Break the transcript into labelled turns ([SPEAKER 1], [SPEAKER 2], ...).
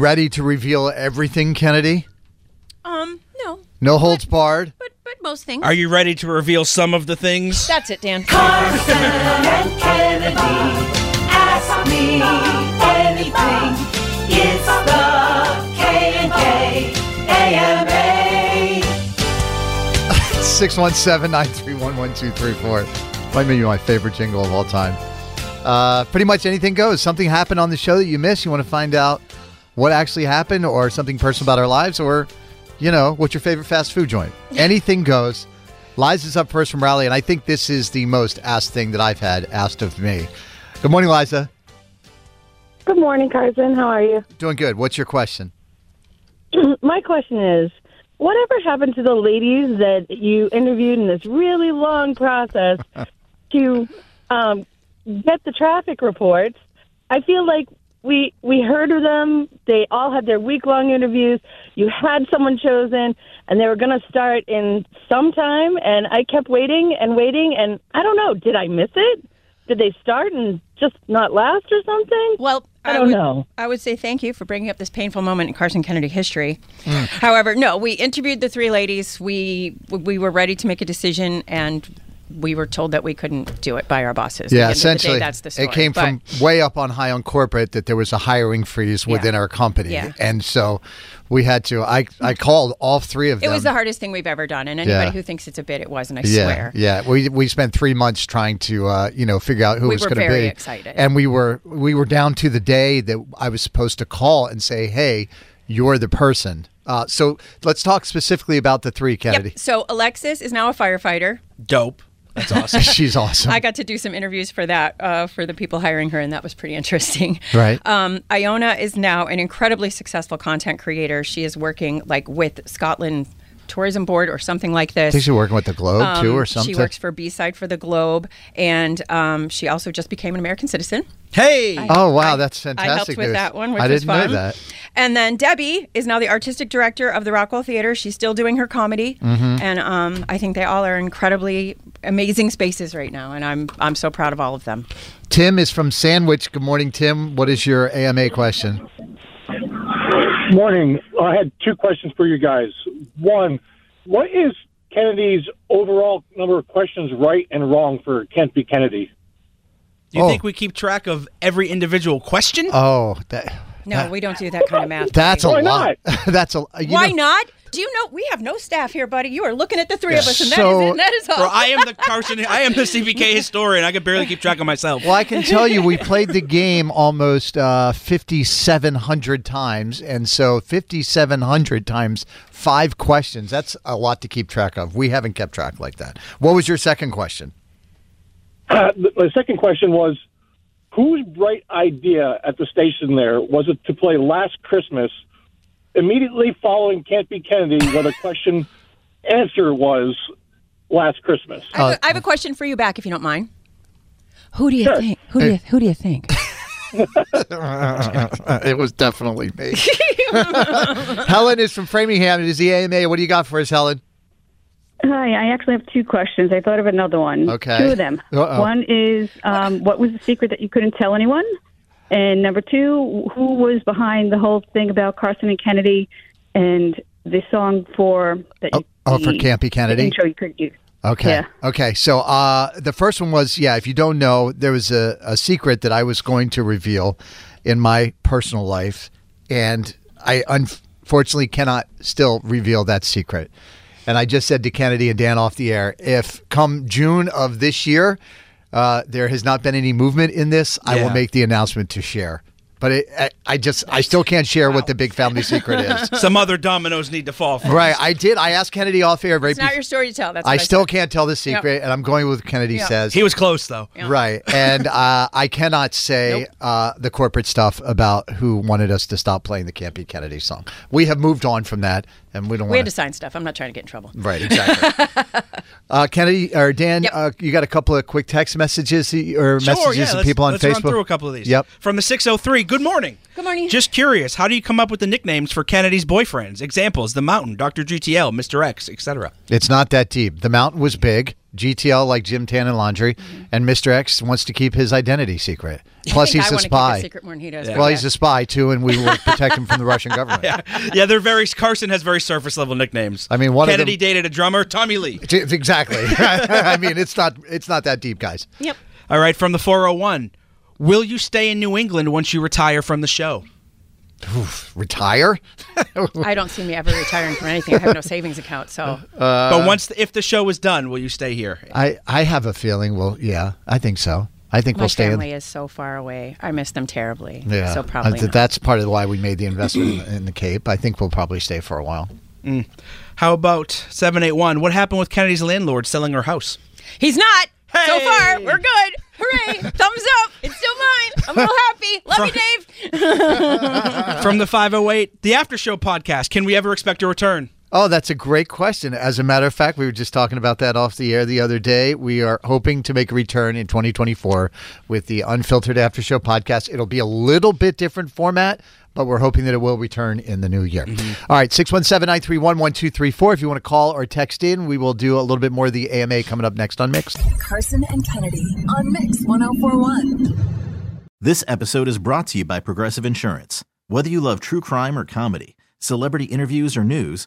[SPEAKER 1] Ready to reveal everything, Kennedy?
[SPEAKER 2] Um, no,
[SPEAKER 1] No holds barred.
[SPEAKER 2] but but most things.
[SPEAKER 3] Are you ready to reveal some of the things?
[SPEAKER 2] That's it, Dan.
[SPEAKER 4] Carson and Kennedy. Ask me anything. It's the K and K AMA.
[SPEAKER 1] 617-931-1234. Might be my favorite jingle of all time. Uh, pretty much anything goes. Something happened on the show that you missed. You want to find out what actually happened or something personal about our lives or, you know, what's your favorite fast food joint. Anything goes. Liza's up first from Raleigh, and I think this is the most asked thing that I've had asked of me. Good morning, Liza.
[SPEAKER 5] Good morning, Carson. How are you?
[SPEAKER 1] Doing good. What's your question?
[SPEAKER 5] My question is whatever happened to the ladies that you interviewed in this really long process to um, get the traffic reports? I feel like we we heard of them. They all had their week long interviews. You had someone chosen, and they were going to start in some time. And I kept waiting and waiting, and I don't know. Did I miss it? Did they start and just not last or something?
[SPEAKER 2] Well,
[SPEAKER 5] I don't
[SPEAKER 2] would,
[SPEAKER 5] know.
[SPEAKER 2] I would say thank you for bringing up this painful moment in Carson Kennedy history. However, no, we interviewed the three ladies. We we were ready to make a decision, and we were told that we couldn't do it by our bosses.
[SPEAKER 1] Yeah,
[SPEAKER 2] At the end of the
[SPEAKER 1] essentially,
[SPEAKER 2] day, that's the story.
[SPEAKER 1] it came from
[SPEAKER 2] But-
[SPEAKER 1] way up on high on corporate that there was a hiring freeze within our company,
[SPEAKER 2] Yeah.
[SPEAKER 1] and so we had to. I I called all three of
[SPEAKER 2] It
[SPEAKER 1] them.
[SPEAKER 2] was the hardest thing we've ever done, and anybody
[SPEAKER 1] Yeah.
[SPEAKER 2] who thinks it's a bit, it wasn't. I
[SPEAKER 1] yeah,
[SPEAKER 2] swear.
[SPEAKER 1] yeah. We we spent three months trying to uh, you know figure out who
[SPEAKER 2] We
[SPEAKER 1] it was
[SPEAKER 2] were
[SPEAKER 1] going to be.
[SPEAKER 2] very excited.
[SPEAKER 1] and we were we were down to the day that I was supposed to call and say, "Hey, you're the person." Uh, so let's talk specifically about the three, Kennedy.
[SPEAKER 2] Yep. So Alexis is now a firefighter.
[SPEAKER 3] Dope. That's awesome.
[SPEAKER 1] She's awesome.
[SPEAKER 2] I got to do some interviews for that uh, for the people hiring her, and that was pretty interesting.
[SPEAKER 1] Right.
[SPEAKER 2] Um, Iona is now an incredibly successful content creator. She is working like with Scotland Tourism Board or something like this. Um,
[SPEAKER 1] I think she's working with the Globe too, or something.
[SPEAKER 2] She works for B Side for the Globe, and um, she also just became an American citizen.
[SPEAKER 3] Hey.
[SPEAKER 1] Oh wow, that's
[SPEAKER 2] I
[SPEAKER 1] fantastic!
[SPEAKER 2] helped with
[SPEAKER 1] news.
[SPEAKER 2] that one, which
[SPEAKER 1] I
[SPEAKER 2] was
[SPEAKER 1] didn't
[SPEAKER 2] fun.
[SPEAKER 1] know that.
[SPEAKER 2] And then Debbie is now the artistic director of the Rockwell Theater. She's still doing her comedy,
[SPEAKER 1] Mm-hmm.
[SPEAKER 2] and um, I think they all are incredibly amazing spaces right now, and I'm I'm so proud of all of them.
[SPEAKER 1] Tim is from Sandwich. Good morning, Tim. What is your AMA question?
[SPEAKER 6] Morning. Uh, I had two questions for you guys. One, what is Kennedy's overall number of questions right and wrong for Kent B. Kennedy?
[SPEAKER 3] Do you
[SPEAKER 1] Oh.
[SPEAKER 3] think we keep track of every individual question?
[SPEAKER 1] Oh, that,
[SPEAKER 2] No, we don't do that kind of math.
[SPEAKER 1] that's a
[SPEAKER 6] Why
[SPEAKER 1] lot. that's a you
[SPEAKER 2] Why
[SPEAKER 1] know,
[SPEAKER 2] not? Do you know we have no staff here, buddy? You are looking at the three of us, and
[SPEAKER 1] So-
[SPEAKER 2] that is it. That is all.
[SPEAKER 3] Bro, I am the Carson. I am the CBK historian. I can barely keep track of myself.
[SPEAKER 1] Well, I can tell you, we played the game almost uh, 5,700 times, and so 5,700 times five questions. That's a lot to keep track of. We haven't kept track like that. What was your second question?
[SPEAKER 6] Uh, the, the second question was, whose bright idea at the station there was it to play Last Christmas immediately following Kent B. Kennedy, where the question answer was Last Christmas?
[SPEAKER 2] I,
[SPEAKER 1] uh,
[SPEAKER 2] have a- I have a question for you back, if you don't mind. Who do you think? Who do you, who do you think?
[SPEAKER 1] Uh, it was definitely me. Helen is from Framingham. It is the AMA. What do you got for us, Helen?
[SPEAKER 7] Hi, I actually have two questions. I thought of another one.
[SPEAKER 1] Okay.
[SPEAKER 7] Two of them.
[SPEAKER 1] Uh-oh.
[SPEAKER 7] One is um, what was the secret that you couldn't tell anyone? And number two, who was behind the whole thing about Carson and Kennedy and the song for that?
[SPEAKER 1] Oh,
[SPEAKER 7] you,
[SPEAKER 1] oh, for
[SPEAKER 7] the-
[SPEAKER 1] Campy Kennedy?
[SPEAKER 7] The intro you couldn't use.
[SPEAKER 1] Okay.
[SPEAKER 7] Yeah.
[SPEAKER 1] Okay. So uh, the first one was yeah. If you don't know, there was a, a secret that I was going to reveal in my personal life, and I unfortunately cannot still reveal that secret. And I just said to Kennedy and Dan off the air, if come June of this year, uh, there has not been any movement in this, I will
[SPEAKER 3] Yeah.
[SPEAKER 1] make the announcement to share. But it, I, I just I still can't share what the big family secret is.
[SPEAKER 3] Some other dominoes need to fall. First.
[SPEAKER 1] right. I did. I asked Kennedy off air. Right.
[SPEAKER 2] It's not
[SPEAKER 1] bef-
[SPEAKER 2] your story to tell. That's
[SPEAKER 1] I
[SPEAKER 2] what
[SPEAKER 1] still
[SPEAKER 2] said.
[SPEAKER 1] can't tell the secret, and I'm going with Kennedy
[SPEAKER 2] Yeah.
[SPEAKER 1] says.
[SPEAKER 3] He was close though.
[SPEAKER 1] Right. And uh, I cannot say
[SPEAKER 2] Nope.
[SPEAKER 1] uh, the corporate stuff about who wanted us to stop playing the Can't Be Kennedy song. We have moved on from that, and we don't
[SPEAKER 2] We had
[SPEAKER 1] want
[SPEAKER 2] to sign stuff. I'm not trying to get in trouble.
[SPEAKER 1] Right, exactly. uh, Kennedy or Dan,
[SPEAKER 2] Yep.
[SPEAKER 1] uh, you got a couple of quick text messages that you- or
[SPEAKER 3] Sure,
[SPEAKER 1] messages
[SPEAKER 3] yeah,
[SPEAKER 1] to
[SPEAKER 3] let's-
[SPEAKER 1] people on
[SPEAKER 3] let's
[SPEAKER 1] Facebook?
[SPEAKER 3] run through a couple of these.
[SPEAKER 1] Yep.
[SPEAKER 3] From the 603, good morning.
[SPEAKER 2] Good morning.
[SPEAKER 3] Just curious, how do you come up with the nicknames for Kennedy's boyfriends? Examples, The Mountain, Dr. GTL, Mr. X, etc.
[SPEAKER 1] It's not that deep. The mountain was big. GTL like Jim Tan and Laundry, and Mr. X wants to keep his identity secret. Plus,
[SPEAKER 2] Mm-hmm. I
[SPEAKER 1] he's
[SPEAKER 2] think I
[SPEAKER 1] a
[SPEAKER 2] wanna keep
[SPEAKER 1] spy.
[SPEAKER 2] secret more than he does.
[SPEAKER 1] Well, he's a spy too, and we will protect him from the Russian government.
[SPEAKER 3] yeah, they're very, Carson has very surface level nicknames.
[SPEAKER 1] I mean, one of
[SPEAKER 3] Kennedy
[SPEAKER 1] them-
[SPEAKER 3] dated a drummer, Tommy Lee.
[SPEAKER 1] T- Exactly. I mean, it's not it's not that deep, guys.
[SPEAKER 2] Yep.
[SPEAKER 3] All right, from the 401, will you stay in New England once you retire from the show?
[SPEAKER 1] Retire?
[SPEAKER 2] I don't see me ever retiring from anything. I have no savings account, so
[SPEAKER 1] Uh,
[SPEAKER 3] but once, if the show is done, will you stay here?
[SPEAKER 1] I I have a feeling. Well, yeah, I think so. I think
[SPEAKER 2] my
[SPEAKER 1] we'll stay.
[SPEAKER 2] family
[SPEAKER 1] in,
[SPEAKER 2] is so far away. I miss them terribly.
[SPEAKER 1] yeah,
[SPEAKER 2] So probably.
[SPEAKER 1] I
[SPEAKER 2] not.
[SPEAKER 1] th- that's part of why we made the investment in, in the Cape. I think we'll probably stay for a while.
[SPEAKER 3] How about 781, what happened with Kennedy's landlord selling her house?
[SPEAKER 2] He's not. So
[SPEAKER 3] Hey!
[SPEAKER 2] far, we're good. Hooray! Thumbs up. It's still mine. I'm a little happy. Love you, Dave.
[SPEAKER 3] From the 508, the after show podcast, can we ever expect a return?
[SPEAKER 1] Oh, that's a great question. As a matter of fact, we were just talking about that off the air the other day. We are hoping to make a return in 2024 with the Unfiltered After Show podcast. It'll be a little bit different format, but we're hoping that it will return in the new year. All right, 617 931 1234. If you want to call or text in, we will do a little bit more of the AMA coming up next on Mixed.
[SPEAKER 8] Carson and Kennedy on Mix 1041.
[SPEAKER 9] This episode is brought to you by Progressive Insurance. Whether you love true crime or comedy, celebrity interviews or news,